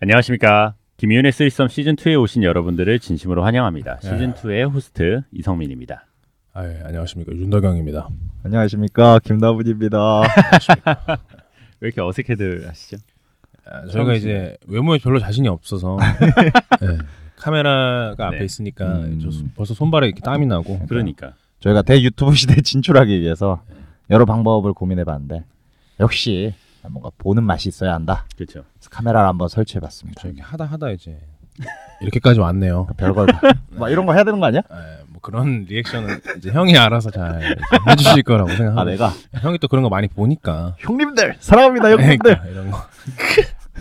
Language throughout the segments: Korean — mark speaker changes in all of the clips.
Speaker 1: 안녕하십니까. 김윤의 쓰리썸 시즌2에 오신 여러분들을 진심으로 환영합니다.
Speaker 2: 예.
Speaker 1: 시즌2의 호스트 이성민입니다.
Speaker 2: 아, 예, 안녕하십니까 윤덕영입니다.
Speaker 3: 안녕하십니까 김나분입니다.
Speaker 1: 왜 이렇게 어색해들 하시죠?
Speaker 2: 아,
Speaker 3: 성우
Speaker 2: 저희가
Speaker 3: 씨.
Speaker 2: 이제 외모에 별로 자신이 없어서 예, 카메라가 앞에
Speaker 1: 네.
Speaker 2: 있으니까
Speaker 3: 음.
Speaker 2: 저 수- 벌써 손발에 이렇게 땀이 나고
Speaker 1: 그러니까.
Speaker 3: 저희가 대유튜브 시대에 진출하기 위해서 여러 방법을 고민해봤는데 역시 뭔가 보는 맛이 있어야 한다.
Speaker 1: 그렇죠.
Speaker 3: 그래서 카메라를 한번 설치해봤습니다.
Speaker 2: 저 이렇게 하다 하다 이제 이렇게까지 왔네요.
Speaker 3: 별걸 다. 막 이런 거 해야 되는 거 아니야?
Speaker 2: 예, 뭐 그런 리액션은 네. 이제 형이 알아서 잘 이제 해주실 거라고 생각하고
Speaker 3: 아 내가
Speaker 2: 형이 또 그런 거 많이 보니까
Speaker 3: 형님들 사랑합니다 형님들
Speaker 2: 네. 그러니까 이런 거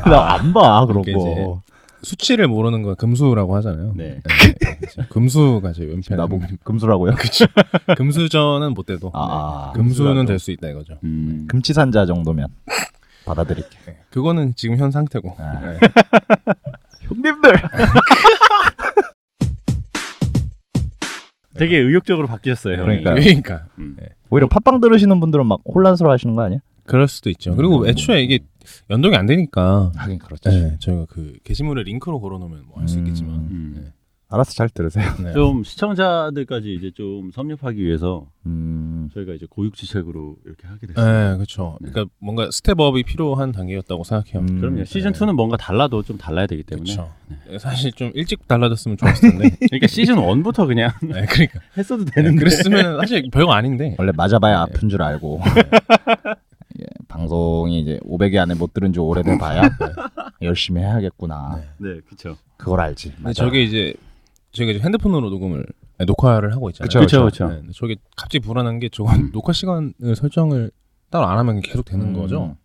Speaker 3: 나 안 봐 그런
Speaker 2: 이렇게 이제
Speaker 3: 거.
Speaker 2: 수치를 모르는 거 금수라고 하잖아요.
Speaker 1: 네.
Speaker 2: 예, 금수가 제 왼편.
Speaker 3: 나보고 뭐 금수라고요?
Speaker 2: 금수저는 못 돼도
Speaker 3: 아,
Speaker 2: 네, 그 금수는 될 수 있다 이거죠.
Speaker 1: 음,
Speaker 3: 금치산자 정도면 받아들일게.
Speaker 2: 네, 그거는 지금 현 상태고.
Speaker 3: 아.
Speaker 2: 예.
Speaker 3: 형님들
Speaker 1: 되게 의욕적으로 바뀌셨어요. 형이.
Speaker 3: 그러니까요.
Speaker 2: 그러니까
Speaker 1: 음.
Speaker 3: 오히려 팟빵 들으시는 분들은 막 혼란스러워하시는 거 아니야?
Speaker 2: 그럴 수도 있죠.
Speaker 3: 음.
Speaker 2: 그리고 애초에 이게 연동이 안 되니까
Speaker 3: 하긴 그렇지.
Speaker 2: 네, 저희가 그 게시물에 링크로 걸어놓으면 뭐 할 수 있겠지만
Speaker 1: 음.
Speaker 3: 알아서 잘 들으세요.
Speaker 2: 네.
Speaker 1: 좀 시청자들까지 이제 좀 섭렵하기 위해서
Speaker 3: 음,
Speaker 1: 저희가 이제 고육지책으로 이렇게 하게 됐어요.
Speaker 2: 네, 그렇죠.
Speaker 1: 네.
Speaker 2: 그러니까 뭔가 스텝업이 필요한 단계였다고 생각해요.
Speaker 3: 음.
Speaker 1: 그럼요. 시즌2는 뭔가 달라도 좀 달라야 되기 때문에. 네.
Speaker 2: 그렇죠. 사실 좀 일찍 달라졌으면 좋았을 텐데.
Speaker 1: 그러니까 시즌1부터 그냥
Speaker 2: 네, 그러니까
Speaker 1: 했어도 되는데.
Speaker 2: 그랬으면 사실 별거 아닌데.
Speaker 3: 원래 맞아봐야 아픈 줄 알고 예, 방송이 이제 500회 안에 못 들은 지 오래돼 봐야 열심히 해야겠구나
Speaker 1: 네, 그렇죠.
Speaker 3: 그걸 알지
Speaker 2: 근데 저게 이제 저희가 이제 핸드폰으로 녹음을 아니, 녹화를 하고 있잖아요.
Speaker 3: 그쵸,
Speaker 1: 그쵸, 그쵸.
Speaker 2: 네, 근데 저게 갑자기 불안한 게 저건 녹화 시간을 설정을 따로 안 하면 계속 되는
Speaker 3: 음,
Speaker 2: 거죠.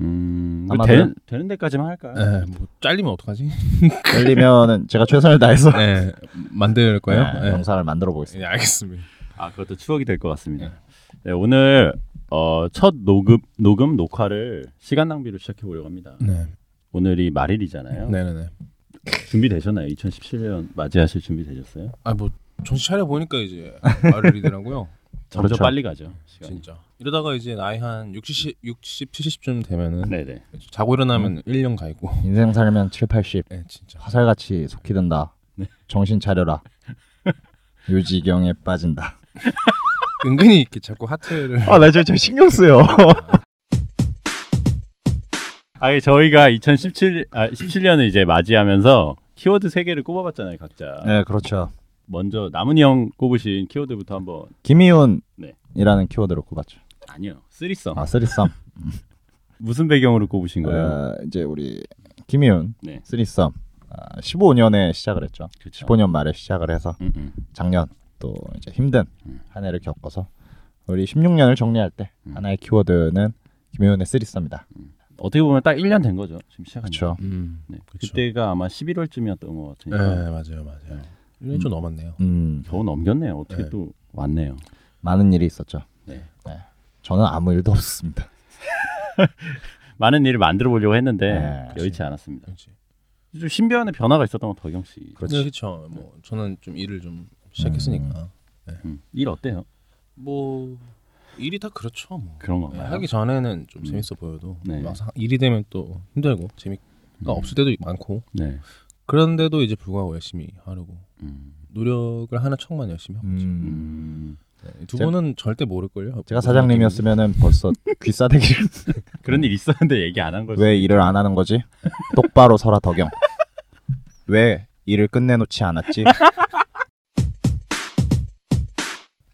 Speaker 1: 음,
Speaker 3: 아마도-
Speaker 1: 되는, 되는 데까지만 할까요?
Speaker 2: 네, 뭐 잘리면 어떡하지?
Speaker 3: 열리면은 제가 최선을 다해서
Speaker 2: 네, 만들 거예요.
Speaker 3: 예,
Speaker 2: 네.
Speaker 3: 영상을 만들어 보겠습니다
Speaker 2: 네, 알겠습니다.
Speaker 1: 아 그것도 추억이 될 것 같습니다. 네, 오늘 어, 첫 녹음 녹음 녹화를 시간 낭비로 시작해 보려고 합니다.
Speaker 2: 네,
Speaker 1: 오늘이 말일이잖아요.
Speaker 2: 네, 네.
Speaker 1: 준비되셨나요? 2017년 맞이하실 준비 되셨어요?
Speaker 2: 아뭐 정신 차려 보니까 이제 말을이더라고요.
Speaker 1: 점점
Speaker 3: 그렇죠.
Speaker 1: 빨리 가죠. 시간이.
Speaker 2: 진짜. 이러다가 이제 나이 한 60, 60, 70쯤 되면은
Speaker 1: 네네.
Speaker 2: 자고 일어나면 1년 가 있고.
Speaker 3: 인생 살면 7, 80
Speaker 2: 음. 네, 진짜.
Speaker 3: 화살같이 속히 든다
Speaker 1: 네.
Speaker 3: 정신 차려라 요지경에 빠진다
Speaker 2: 은근히 이렇게 자꾸 하트를
Speaker 3: 아나저 저 신경 쓰여
Speaker 1: 아 저희가 2017 아, 17년을 이제 맞이하면서 키워드 세 개를 꼽아봤잖아요 각자.
Speaker 3: 네 그렇죠
Speaker 1: 먼저 남은이 형 꼽으신 키워드부터 한번 네.
Speaker 3: 김희훈이라는 키워드로 꼽았죠
Speaker 1: 아니요 쓰리썸
Speaker 3: 아 쓰리썸
Speaker 1: 무슨 배경으로 꼽으신 거예요?
Speaker 3: 어, 이제 우리 김희훈
Speaker 1: 아, 네.
Speaker 3: 쓰리썸 아, 15년에 시작을 했죠
Speaker 1: 그렇죠.
Speaker 3: 15년 말에 시작을 해서
Speaker 1: 음, 음.
Speaker 3: 작년 또 이제 힘든
Speaker 1: 음.
Speaker 3: 한 해를 겪어서 우리 16년을 정리할 때
Speaker 1: 음.
Speaker 3: 하나의 키워드는 김효은의 쓰리썸입니다.
Speaker 1: 어떻게 보면 딱 1년 된 거죠 지금 시작한. 지.
Speaker 3: 그렇죠.
Speaker 2: 음.
Speaker 1: 네.
Speaker 2: 그쵸.
Speaker 1: 그때가 아마 11월쯤이었던 것
Speaker 2: 네,
Speaker 1: 같으니까.
Speaker 2: 맞아요. 맞아요. 1년 좀 넘었네요.
Speaker 3: 음
Speaker 1: 겨우 넘겼네요. 어떻게
Speaker 2: 네.
Speaker 1: 또 왔네요.
Speaker 3: 많은 일이 있었죠.
Speaker 1: 네.
Speaker 3: 네. 저는 아무 일도 없습니다.
Speaker 1: 많은 일을 만들어 보려고 했는데
Speaker 3: 네,
Speaker 1: 여의치 않았습니다.
Speaker 2: 그렇지.
Speaker 1: 좀 신변의 변화가 있었던 건 덕영 씨.
Speaker 2: 네, 그렇죠. 뭐 저는 좀 일을 좀 시작했으니까.
Speaker 1: 음, 일 어때요?
Speaker 2: 뭐 일이 다 그렇죠. 뭐.
Speaker 1: 그런
Speaker 2: 네,
Speaker 1: 건가요?
Speaker 2: 하기 전에는 좀 재밌어 보여도
Speaker 1: 네.
Speaker 2: 막상 일이 되면 또 힘들고 재미가 없을 때도 많고
Speaker 1: 네.
Speaker 2: 그런데도 이제 불구하고 열심히 하려고
Speaker 1: 음,
Speaker 2: 노력을 하는 척만 열심히 하고
Speaker 3: 음.
Speaker 1: 음.
Speaker 2: 네, 두
Speaker 3: 제가-
Speaker 2: 분은 절대 모를걸요
Speaker 3: 제가 사장님이었으면은 벌써 귀싸대기를
Speaker 1: 그런 일 있었는데 얘기 안 한 거죠.
Speaker 3: 왜 일을 안 하는 거지? 똑바로 서라 덕영. 왜 일을 끝내놓지 않았지?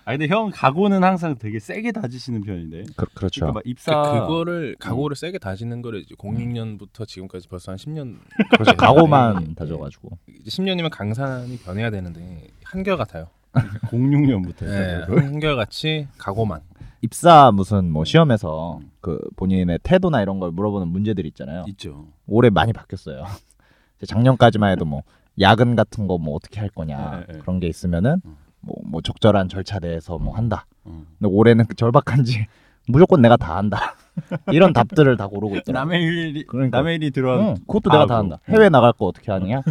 Speaker 1: 아 근데 형 각오는 항상 되게 세게 다지시는 편인데.
Speaker 3: 그,
Speaker 1: 그러니까
Speaker 3: 그렇죠.
Speaker 1: 막 입사
Speaker 2: 그러니까
Speaker 3: 음.
Speaker 2: 그거를 각오를 세게 다지는 거를 이제 06년부터 지금까지 벌써 한 10년
Speaker 1: 네.
Speaker 3: 그렇죠. 각오만 다져가지고.
Speaker 2: 이제 10년이면 강산이 변해야 되는데 한결 같아요
Speaker 1: 06년부터
Speaker 2: 네,
Speaker 1: 했어요. 그걸.
Speaker 2: 한결 같이 각오만
Speaker 3: 입사 무슨 뭐 시험에서 그 본인의 태도나 이런 걸 물어보는 문제들 있잖아요.
Speaker 1: 있죠.
Speaker 3: 올해 많이 바뀌었어요. 이제 작년까지만 해도 뭐 야근 같은 거 뭐 어떻게 할 거냐
Speaker 1: 네, 네.
Speaker 3: 그런 게 있으면은
Speaker 1: 음.
Speaker 3: 뭐, 뭐 적절한 절차 내에서 뭐 한다.
Speaker 1: 음.
Speaker 3: 근데 올해는 그 절박한지 무조건 내가 다 한다. 이런 답들을 다 고르고 있더라고.
Speaker 1: 남의 일이
Speaker 3: 그러니까.
Speaker 1: 남의 일이 들어와.
Speaker 3: 응, 그것도 내가 다
Speaker 1: 하고. 음.
Speaker 3: 한다. 해외 나갈 거 어떻게 하느냐?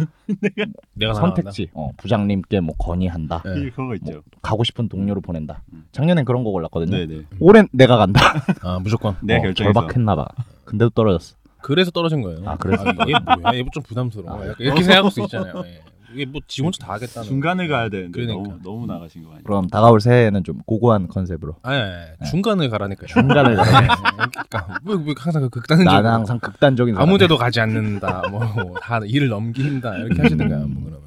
Speaker 2: 내가
Speaker 3: 선택지. 어, 부장님께 뭐 건의한다.
Speaker 2: 네.
Speaker 1: 그거 있죠.
Speaker 3: 가고 싶은 동료로 보낸다.
Speaker 1: 음.
Speaker 3: 작년엔 그런 거 골랐거든요.
Speaker 1: 네네.
Speaker 3: 올해 내가 간다.
Speaker 2: 아 무조건
Speaker 1: 내
Speaker 3: 어,
Speaker 1: 결정에서.
Speaker 3: 절박했나 봐. 근데도 떨어졌어.
Speaker 2: 그래서 떨어진 거예요.
Speaker 3: 아, 그래서?
Speaker 2: 이게 뭐야? 이거 좀 부담스러워.
Speaker 3: 아,
Speaker 2: 약간 이렇게 생각할 수 있잖아요. 예. 이게 뭐 지 혼자 다 하겠다는.
Speaker 1: 중간에 가야 되는데
Speaker 2: 그러니까.
Speaker 1: 너무 너무 나가신 거 아니에요?
Speaker 3: 그럼 다가올 새해에는 좀 고고한 컨셉으로.
Speaker 2: 아니, 아니, 아니, 중간을 가라니까요.
Speaker 3: 네. 중간을
Speaker 2: 가라. 그러니까 왜, 왜 항상 그 극단적으로
Speaker 3: 나는 항상 극단적인 사람.
Speaker 2: 아무데도 가지 않는다. 뭐 다 일을 넘긴다. 이렇게 하시든가 뭐 그러면.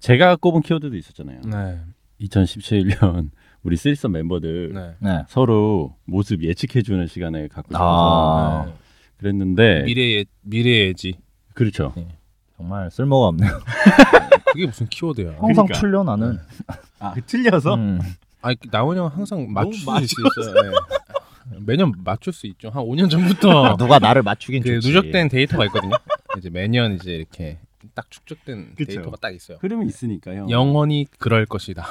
Speaker 1: 제가 꼽은 키워드도 있었잖아요.
Speaker 2: 네.
Speaker 1: 2017년 우리 쓰리썸 멤버들
Speaker 2: 네.
Speaker 3: 네.
Speaker 1: 서로 모습 예측해주는 시간을 갖고 싶어서
Speaker 3: 아
Speaker 2: 네.
Speaker 1: 그랬는데
Speaker 2: 미래의 미래의지.
Speaker 1: 그렇죠.
Speaker 3: 정말 쓸모가 없네요.
Speaker 2: 그게 무슨 키워드야?
Speaker 3: 항상
Speaker 1: 그러니까.
Speaker 3: 틀려 나는.
Speaker 1: 아 틀려서
Speaker 3: 음.
Speaker 2: 아니 그 나온 형 항상 맞출 수
Speaker 1: 맞춰.
Speaker 2: 있어요. 예. 매년 맞출 수 있죠. 한 5년 전부터
Speaker 3: 누가 나를 맞추긴
Speaker 2: 그
Speaker 3: 좋지.
Speaker 2: 누적된 데이터가 있거든요. 이제 매년 이제 이렇게 딱 축적된
Speaker 1: 그쵸.
Speaker 2: 데이터가 딱 있어요.
Speaker 1: 흐름이 있으니까요.
Speaker 2: 영원히 그럴 것이다.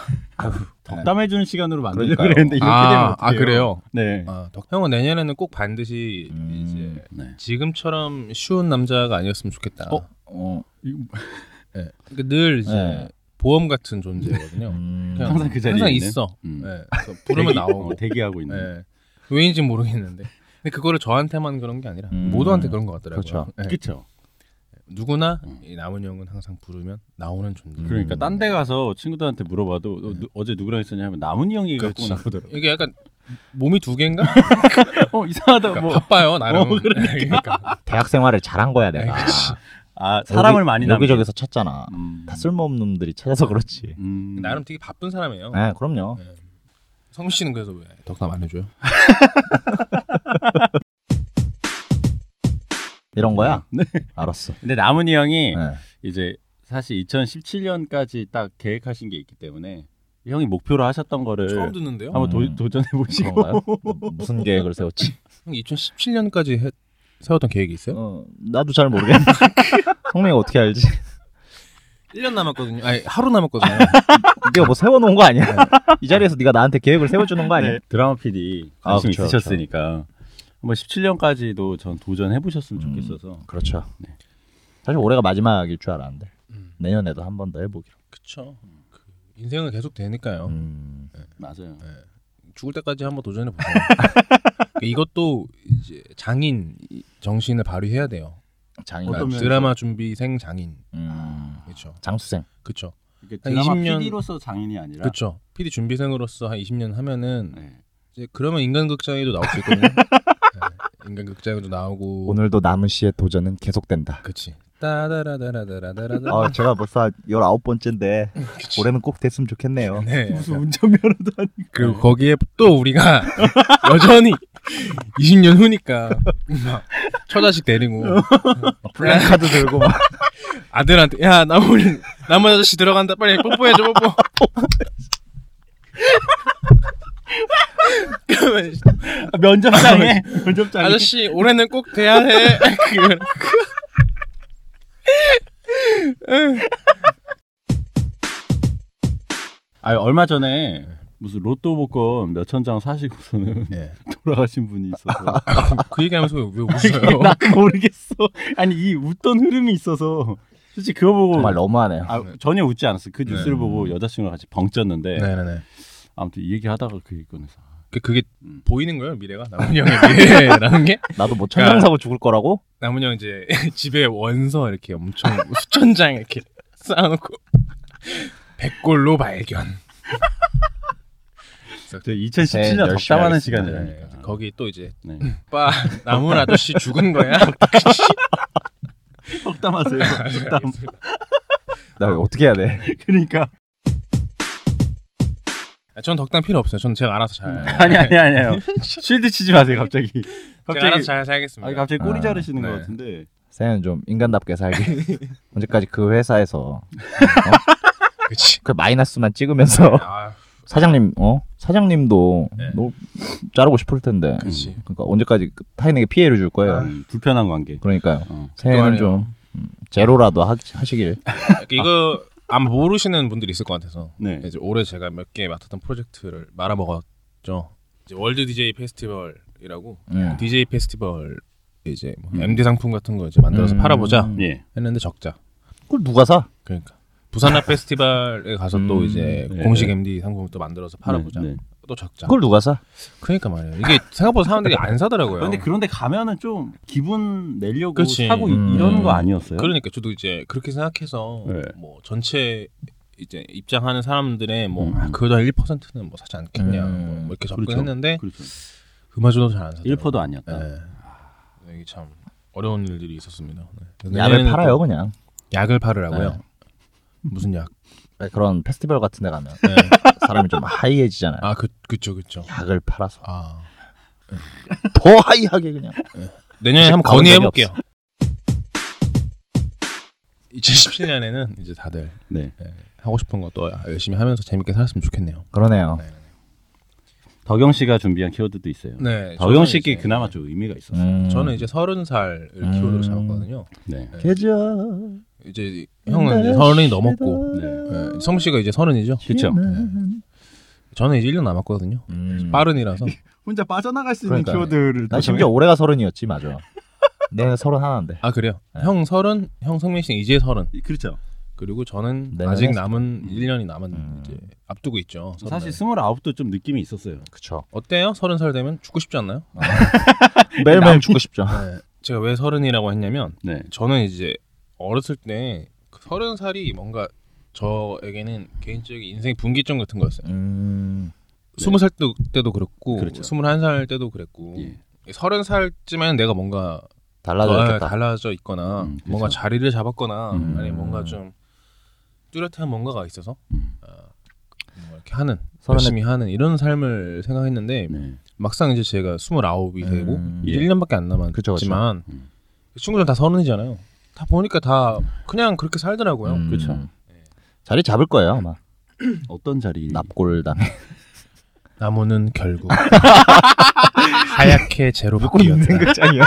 Speaker 1: 덕담해주는 시간으로 만들려고
Speaker 3: 그러니까요.
Speaker 1: 그랬는데 이렇게 되면
Speaker 2: 아,
Speaker 1: 어떡해요?
Speaker 2: 아 그래요.
Speaker 1: 네.
Speaker 2: 아, 덕 형은 내년에는 꼭 반드시
Speaker 3: 음.
Speaker 2: 이제
Speaker 1: 네.
Speaker 2: 지금처럼 쉬운 남자가 아니었으면 좋겠다.
Speaker 1: 어?
Speaker 3: 어,
Speaker 2: 예. 그러니까 늘 이제
Speaker 3: 네.
Speaker 2: 보험 같은 존재거든요.
Speaker 3: 음.
Speaker 2: 그냥
Speaker 1: 항상 그 자리에
Speaker 2: 항상
Speaker 1: 있는?
Speaker 2: 있어.
Speaker 1: 음.
Speaker 2: 예. 그래서 부르면
Speaker 1: 대기-
Speaker 2: 나오고.
Speaker 1: 어, 대기하고 있는.
Speaker 2: 예. 왜인지 모르겠는데. 근데 그거를 저한테만 그런 게 아니라
Speaker 3: 음.
Speaker 2: 모두한테 그런 것 같더라고요.
Speaker 3: 그렇죠.
Speaker 2: 예.
Speaker 1: 그렇죠.
Speaker 2: 누구나
Speaker 1: 음.
Speaker 2: 이 남은 형은 항상 부르면 나오는 존재.
Speaker 3: 음.
Speaker 1: 그러니까 딴 데 가서 친구들한테 물어봐도 어, 누- 어제 누구랑 있었냐 하면 남은이 형이 가꼭
Speaker 2: 그렇지.
Speaker 1: 나오더라고.
Speaker 2: 이게 약간 몸이 두 개인가?
Speaker 1: 어 이상하다.
Speaker 2: 그러니까
Speaker 1: 뭐.
Speaker 2: 바빠요 나름.
Speaker 1: 어,
Speaker 2: 그러니까.
Speaker 3: 대학 생활을 잘한 거야 내가.
Speaker 2: 아이, 그치.
Speaker 1: 아 사람을
Speaker 3: 여기-
Speaker 1: 많이 남기-
Speaker 3: 여기저기서 찾잖아.
Speaker 1: 음.
Speaker 3: 다 쓸모없는 놈들이 찾아서 그렇지.
Speaker 1: 음.
Speaker 2: 나름 되게 바쁜 사람이에요.
Speaker 3: 네, 그럼요.
Speaker 2: 성우 씨는 그래서 왜 덕담 안 해줘요?
Speaker 3: 이런 거야.
Speaker 1: 네.
Speaker 3: 알았어.
Speaker 1: 근데 남은이 형이
Speaker 3: 네.
Speaker 1: 이제 사실 2017년까지 딱 계획하신 게 있기 때문에 형이 목표로 하셨던 거를
Speaker 2: 처음 듣는데요.
Speaker 1: 한번
Speaker 3: 음.
Speaker 1: 도, 전해 보시고
Speaker 3: 그런가요? 뭐, 무슨 계획을 세웠지?
Speaker 2: 형 2017년까지 해, 세웠던 계획이 있어요?
Speaker 3: 어, 나도 잘 모르겠네. 성명이 어떻게 알지?
Speaker 2: 1년 남았거든요. 아니 하루 남았거든요.
Speaker 3: 네가 네. 뭐 세워놓은 거 아니야? 이 자리에서 네가 나한테 계획을 세워주는 거 아니야?
Speaker 1: 네, 드라마 PD
Speaker 3: 아,
Speaker 1: 관심
Speaker 3: 그쵸,
Speaker 1: 있으셨으니까 한번 17년까지도 전 도전해 보셨으면
Speaker 3: 음.
Speaker 1: 좋겠어서
Speaker 3: 그렇죠.
Speaker 1: 네.
Speaker 3: 사실 올해가 마지막일 줄 알았는데
Speaker 2: 음.
Speaker 3: 내년에도 한 번 더 해보기로.
Speaker 2: 그쵸. 그 인생은 계속 되니까요.
Speaker 3: 음.
Speaker 1: 맞아요.
Speaker 2: 네. 죽을 때까지 한번 도전해 보세요. 그러니까 이것도 이제 장인 이- 정신을 발휘해야 돼요.
Speaker 3: 장인
Speaker 1: 어떤
Speaker 2: 그러니까
Speaker 1: 면에서?
Speaker 2: 드라마 준비생 장인.
Speaker 3: 음.
Speaker 2: 그렇죠.
Speaker 3: 장수생.
Speaker 2: 그렇죠.
Speaker 1: 이게
Speaker 2: 한
Speaker 1: 드라마
Speaker 2: 20년
Speaker 1: PD로서 장인이 아니라
Speaker 2: 그렇죠. PD 준비생으로서 한 20년 하면은
Speaker 1: 네.
Speaker 2: 이제 그러면 인간극장에도 나올 수 있거든요. 네, 인간극장에도 나오고
Speaker 3: 오늘도 남은 씨의 도전은 계속된다.
Speaker 2: 그렇지. 따다라다라다라다라다.
Speaker 3: 아, 제가 벌써 19번째인데 올해는 꼭 됐으면 좋겠네요.
Speaker 2: 네.
Speaker 1: 운전면허도 아니.
Speaker 2: 그리고 거기에 또 우리가 여전히 20년 후니까 막 처자식 데리고
Speaker 3: 플랜카드 들고 막
Speaker 2: 아들한테 야 나머지 나머지 아저씨 들어간다 빨리 뽀뽀해줘 뽀뽀 그러면 이제
Speaker 1: 면접장에 면접장에
Speaker 2: 아저씨 올해는 꼭 돼야 해 그거를.
Speaker 1: 아 얼마 전에 무슨 로또 복권 몇 천 장 사시고서는 돌아가신 분이 있어서
Speaker 2: 그 얘기하면서 왜 웃어요
Speaker 1: 나 모르겠어. 아니 이 웃던 흐름이 있어서 솔직히 그거 보고
Speaker 3: 정말 너무하네요.
Speaker 1: 아, 전혀 웃지 않았어. 그 뉴스를
Speaker 2: 네.
Speaker 1: 보고 여자친구랑 같이 벙쪘는데
Speaker 2: 네네네
Speaker 1: 아무튼 이 얘기하다가 그 얘기 꺼내서
Speaker 2: 그- 그게
Speaker 1: 음. 보이는
Speaker 2: 보이는 거예요 미래가 남은 형의 미래라는 게
Speaker 3: 나도 뭐 천장 사고 죽을 거라고?
Speaker 2: 남은 형 이제 집에 원서 이렇게 엄청 수천 장 이렇게 쌓아놓고 백골로 발견
Speaker 3: 네,
Speaker 1: 2017년
Speaker 3: 열심히
Speaker 1: 덕담하는
Speaker 3: 하겠습니다.
Speaker 1: 시간이라니까.
Speaker 2: 네, 거기 또 이제
Speaker 1: 네.
Speaker 2: 오빠 나문 아저씨 죽은 거야?
Speaker 1: 덕담하세요. 덕담.
Speaker 3: 나 어떻게 해야 돼?
Speaker 1: 그러니까
Speaker 2: 아, 전 덕담 필요 없어요. 저는 제가 알아서 잘.
Speaker 1: 아니 아니 아니에요. 쉴드 치지 마세요 갑자기.
Speaker 2: 제가 알아서
Speaker 1: 갑자기
Speaker 2: 잘 살겠습니다.
Speaker 1: 아니 갑자기 꼬리
Speaker 3: 아,
Speaker 1: 자르시는
Speaker 2: 네.
Speaker 1: 것 같은데.
Speaker 3: 새는 좀 인간답게 살기. 언제까지 그 회사에서
Speaker 2: 그치.
Speaker 3: 그 마이너스만
Speaker 1: 어?
Speaker 3: 찍으면서
Speaker 2: 아,
Speaker 3: 사장님 어 사장님도
Speaker 2: 네.
Speaker 3: 너무 자르고 싶을 텐데
Speaker 2: 그치.
Speaker 3: 그러니까 언제까지 그 타인에게 피해를 줄 거예요.
Speaker 1: 음, 불편한 관계.
Speaker 3: 그러니까요.
Speaker 1: 어.
Speaker 3: 새해는
Speaker 2: 아. 그만해요.
Speaker 3: 좀 음, 제로라도 하, 하시길.
Speaker 2: 이거 아마 모르시는 분들이 있을 것 같아서
Speaker 1: 네.
Speaker 2: 이제 올해 제가 몇 개 맡았던 프로젝트를 말아먹었죠. 이제 월드 DJ 페스티벌이라고
Speaker 3: 음.
Speaker 2: DJ 페스티벌 이제 뭐
Speaker 1: 네. 음.
Speaker 2: MD 상품 같은 거 이제 만들어서
Speaker 3: 음.
Speaker 2: 팔아보자
Speaker 1: 예.
Speaker 2: 했는데 적자.
Speaker 3: 그걸 누가 사?
Speaker 2: 그러니까 부산라 페스티벌에 가서 또
Speaker 3: 음,
Speaker 2: 이제
Speaker 1: 네.
Speaker 2: 공식 MD 상품을 또 만들어서 팔아보자.
Speaker 1: 네, 네.
Speaker 2: 또 적자.
Speaker 3: 그걸 누가 사?
Speaker 2: 그러니까 말이에요. 이게 생각보다 사람들이 안 사더라고요.
Speaker 1: 근데 그런데 가면은 좀 기분 내려고
Speaker 2: 그치.
Speaker 1: 사고 이-
Speaker 3: 음.
Speaker 1: 이러는 거 아니었어요?
Speaker 2: 그러니까 저도 이제 그렇게 생각해서
Speaker 1: 네.
Speaker 2: 뭐 전체 이제 입장하는 사람들의 뭐
Speaker 1: 음.
Speaker 2: 아, 그러다 1%는 뭐 사지 않겠냐
Speaker 3: 음.
Speaker 2: 뭐 이렇게
Speaker 1: 그렇죠.
Speaker 2: 접근했는데 그
Speaker 1: 그렇죠.
Speaker 2: 마저도 잘 안 사요.
Speaker 1: 1%도 아니었다.
Speaker 2: 이게 참 어려운 일들이 있었습니다. 네. 그래서
Speaker 3: 약을
Speaker 2: 내년에는
Speaker 3: 팔아요
Speaker 2: 또
Speaker 3: 그냥
Speaker 2: 약을 팔으라고요.
Speaker 3: 네.
Speaker 2: 무슨 약?
Speaker 3: 그런 페스티벌 같은 데 가면
Speaker 2: 네.
Speaker 3: 사람이 좀 하이해지잖아요
Speaker 2: 아그 그쵸 그쵸.
Speaker 3: 약을 팔아서
Speaker 2: 아
Speaker 3: 더 하이하게 그냥
Speaker 2: 내년에 한번
Speaker 3: 가본
Speaker 2: 건의해
Speaker 3: 적이
Speaker 2: 볼게요. 2017년에는 이제 다들 예,
Speaker 1: 네.
Speaker 2: 하고 싶은 것도 열심히 하면서 재밌게 살았으면 좋겠네요.
Speaker 3: 그러네요
Speaker 1: 덕영 씨가 준비한 키워드도 있어요.
Speaker 2: 네.
Speaker 1: 덕영 씨께 그나마 좀 의미가 있었어요.
Speaker 3: 음.
Speaker 2: 저는 이제 서른 살을
Speaker 3: 음.
Speaker 2: 키워드로 잡았거든요.
Speaker 1: 네.
Speaker 3: 계좌
Speaker 2: 이제
Speaker 3: 음.
Speaker 2: 형은 이제 서른이 넘었고 예, 성 씨가 이제 서른이죠.
Speaker 1: 그렇죠.
Speaker 2: 저는 이제 1년 남았거든요.
Speaker 3: 음.
Speaker 2: 네. 빠른이라서
Speaker 1: 혼자 빠져나갈 수
Speaker 3: 있는 그러니까요.
Speaker 1: 키워드를
Speaker 3: 나 심지어 올해가 서른이었지 맞아 내년 서른 하나인데
Speaker 2: 아 그래요.
Speaker 3: 네.
Speaker 2: 형 서른, 형 성민 씨는 이제 서른.
Speaker 1: 그렇죠.
Speaker 2: 그리고 저는
Speaker 3: 네,
Speaker 2: 아직
Speaker 3: 네.
Speaker 2: 남은 1년이 남은
Speaker 3: 음.
Speaker 2: 이제 앞두고 있죠.
Speaker 1: 사실
Speaker 2: 사실
Speaker 1: 스물아홉도 좀 느낌이 있었어요.
Speaker 3: 그쵸
Speaker 2: 어때요? 서른 살 되면 죽고 싶지 않나요?
Speaker 3: 매일매일 죽고 싶죠
Speaker 2: 아, 제가 왜 서른이라고 했냐면
Speaker 1: 네.
Speaker 2: 저는 이제 어렸을 때그 서른 살이 뭔가 저에게는 개인적인 인생 분기점 같은 거였어요.
Speaker 3: 음.
Speaker 2: 스무 살 때도, 때도 그랬고
Speaker 1: 그렇죠.
Speaker 2: 스물한 살 때도 그랬고
Speaker 1: 예.
Speaker 2: 서른 살쯤에는 내가 뭔가
Speaker 3: 달라져
Speaker 2: 아,
Speaker 3: 있겠다
Speaker 2: 달라져 있거나
Speaker 1: 음, 그죠.
Speaker 2: 뭔가 자리를 잡았거나
Speaker 1: 음.
Speaker 2: 아니 뭔가 좀 뚜렷한 뭔가가 있어서
Speaker 1: 음.
Speaker 2: 아, 뭔가 이렇게 하는
Speaker 3: 서른에-
Speaker 2: 열심히 하는 이런 삶을 생각했는데
Speaker 1: 네.
Speaker 2: 막상 이제 제가 스물아홉이 되고
Speaker 3: 음.
Speaker 1: 예.
Speaker 2: 1년밖에 안 남았지만
Speaker 3: 그쵸, 그쵸.
Speaker 1: 음.
Speaker 2: 친구들 다 서른이잖아요. 다 보니까 다 그냥 그렇게 살더라고요. 예.
Speaker 3: 음.
Speaker 1: 그쵸.
Speaker 3: 자리 잡을 거예요 아마
Speaker 1: 어떤 자리?
Speaker 3: 예. 납골당에
Speaker 2: 나무는 결국 하얗게 제로 바뀌었다.
Speaker 3: 극장이요.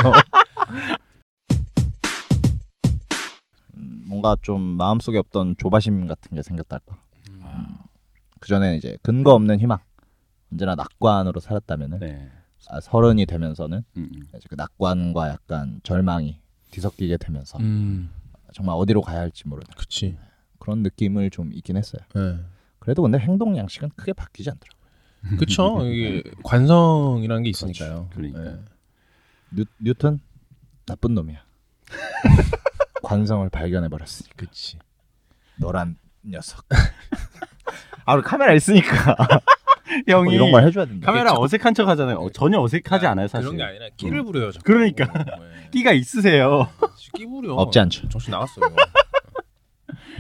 Speaker 3: 뭔가 좀 마음속에 없던 조바심 같은 게 생겼달까.
Speaker 2: 음.
Speaker 3: 그 전에 이제 근거 없는 희망, 언제나 낙관으로 살았다면은
Speaker 1: 네.
Speaker 3: 아, 서른이 되면서는
Speaker 1: 음, 음.
Speaker 3: 이제 그 낙관과 약간 절망이 뒤섞이게 되면서
Speaker 2: 음,
Speaker 3: 정말 어디로 가야 할지 모르는
Speaker 2: 그치.
Speaker 3: 그런 느낌을 좀 있긴 했어요.
Speaker 2: 예.
Speaker 3: 그래도 근데 행동 양식은 크게 바뀌지 않더라고요.
Speaker 2: 그쵸. 이게 관성이라는 게 있으니까요.
Speaker 1: 그러니까.
Speaker 2: 예.
Speaker 3: 뉴, 뉴턴 나쁜 놈이야. 관성을 발견해 버렸으니까.
Speaker 2: 그치.
Speaker 3: 너란 녀석. 아, 우리 카메라 있으니까
Speaker 1: 어,
Speaker 3: 뭐 이런 걸 해줘야 된다.
Speaker 1: 카메라 어색한 척 하잖아요. 어, 전혀 어색하지 않아요, 사실.
Speaker 2: 그런 게 아니라 끼를 부려요. 자꾸.
Speaker 1: 그러니까.
Speaker 2: 어, 예.
Speaker 1: 끼가 있으세요.
Speaker 2: 끼 부려.
Speaker 3: 없지 않죠.
Speaker 2: 정신 나갔어요.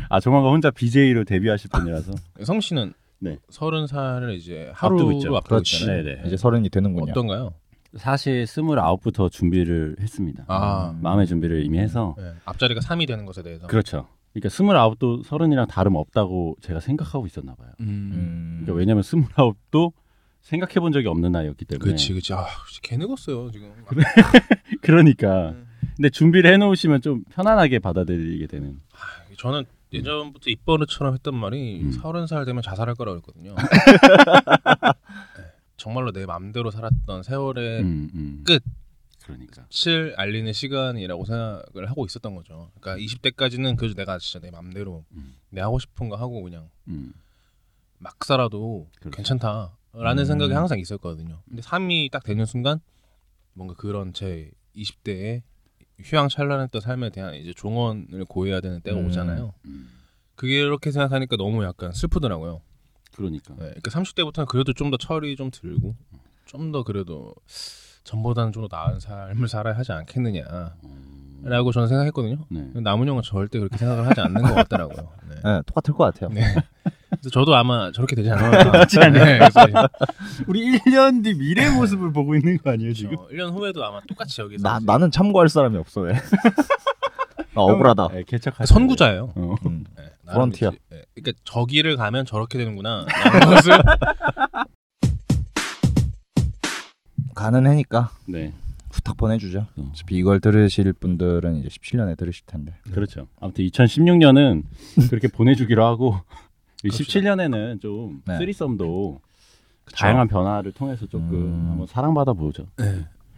Speaker 1: 아, 조만간 혼자 BJ로 데뷔하실 분이라서.
Speaker 2: 성 씨는
Speaker 1: 네.
Speaker 2: 서른 살을 이제 하루
Speaker 1: 앞두고
Speaker 2: 앞두고
Speaker 1: 있죠. 네.
Speaker 2: 있잖아요.
Speaker 3: 그렇지. 이제 서른이 되는군요.
Speaker 2: 어떤가요?
Speaker 1: 사실 스물아홉부터 준비를 했습니다.
Speaker 2: 아.
Speaker 1: 마음의 준비를 이미 해서.
Speaker 2: 예. 앞자리가 3이 되는 것에 대해서.
Speaker 1: 그렇죠. 그러니까 스물아홉도 서른이랑 다름 없다고 제가 생각하고 있었나 봐요.
Speaker 2: 음.
Speaker 3: 음,
Speaker 1: 그러니까 왜냐면 스물아홉도 생각해 본 적이 없는 나이였기 때문에.
Speaker 2: 그치 그치. 아, 진짜 개 늙었어요 지금.
Speaker 1: 그러니까.
Speaker 2: 음.
Speaker 1: 근데 준비를 해놓으시면 좀 편안하게 받아들이게 되는.
Speaker 2: 저는 예전부터 입버릇처럼 했던 말이
Speaker 1: 음.
Speaker 2: 서른 살 되면 자살할 거라고 했거든요. 네. 정말로 내 마음대로 살았던 세월의
Speaker 1: 음, 음.
Speaker 2: 네. 끝.
Speaker 1: 그러니까.
Speaker 2: 끝을 알리는 시간이라고 생각을 하고 있었던 거죠. 그러니까 20대까지는 그래도 내가 진짜 내 마음대로
Speaker 1: 음.
Speaker 2: 내 하고 싶은 거 하고 그냥
Speaker 1: 음.
Speaker 2: 막 살아도
Speaker 1: 그렇죠.
Speaker 2: 괜찮다라는
Speaker 3: 음.
Speaker 2: 생각이 항상 있었거든요. 근데 삶이 딱 되는 순간 뭔가 그런 제 20대의 휘황찬란했던 삶에 대한 이제 종언을 고해야 되는 때가
Speaker 3: 음.
Speaker 2: 오잖아요.
Speaker 1: 음.
Speaker 2: 그게 이렇게 생각하니까 너무 약간 슬프더라고요.
Speaker 1: 그러니까.
Speaker 2: 네, 그러니까 30대부터는 그래도 좀 더 철이 좀 들고 좀 더 그래도 전보다는 좀 더 나은 삶을 살아야 하지 않겠느냐라고
Speaker 1: 음.
Speaker 2: 저는 생각했거든요.
Speaker 1: 네.
Speaker 2: 근데 남은 형은 절대 그렇게 생각을 하지 않는 것 같더라고요. 네.
Speaker 3: 네, 똑같을 것 같아요.
Speaker 2: 네. 그래서 저도 아마 저렇게 되지 않을까. 네, 그렇지
Speaker 1: 않아요?
Speaker 2: 그래서
Speaker 1: 우리 1년 뒤 미래 모습을 보고 있는 거 아니에요, 지금?
Speaker 2: 어, 1년 후에도 아마 똑같이 여기서
Speaker 3: 나
Speaker 2: 이제
Speaker 3: 나는 참고할 사람이 없어 왜? 나 억울하다.
Speaker 1: 네, 개척하
Speaker 2: 아, 선구자예요.
Speaker 1: 어.
Speaker 3: 음.
Speaker 2: 네, 나름
Speaker 3: 프론티어.
Speaker 2: 이제, 네, 그러니까 저기를 가면 저렇게 되는구나. 라는 것을
Speaker 3: 가는 해니까
Speaker 1: 네.
Speaker 3: 후딱 보내주죠.
Speaker 1: 음.
Speaker 3: 어차피 이걸 들으실 분들은 이제 17년에 들으실 텐데.
Speaker 1: 그렇죠. 아무튼 2016년은 그렇게 보내주기로 하고
Speaker 2: 그럽시다.
Speaker 1: 17년에는 좀
Speaker 3: 네.
Speaker 1: 쓰리썸도 다양한 변화를 통해서 조금
Speaker 3: 음.
Speaker 1: 한번 사랑받아 보죠.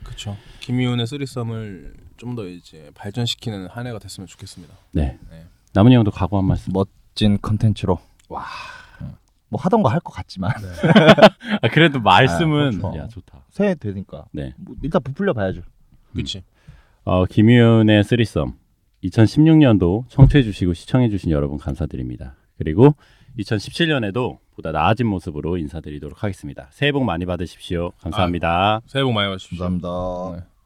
Speaker 2: 그렇죠. 김희훈의 쓰리썸을 좀 더 이제 발전시키는 한 해가 됐으면 좋겠습니다.
Speaker 1: 네.
Speaker 2: 네.
Speaker 1: 남은 형도 각오 한 말씀.
Speaker 3: 멋진 컨텐츠로 뭐 하던 거 할 것 같지만
Speaker 1: 아, 그래도 말씀은
Speaker 3: 그렇죠.
Speaker 1: 야 좋다.
Speaker 3: 새해 되니까
Speaker 1: 네.
Speaker 3: 뭐 일단 부풀려 봐야죠.
Speaker 2: 그치
Speaker 1: 어, 김희윤의 쓰리썸 2016년도 청취해 주시고 시청해 주신 여러분 감사드립니다. 그리고 2017년에도 보다 나아진 모습으로 인사드리도록 하겠습니다. 새해 복 많이 받으십시오. 감사합니다.
Speaker 2: 새해 복 많이 받으십시오
Speaker 3: 감사합니다.
Speaker 2: 네.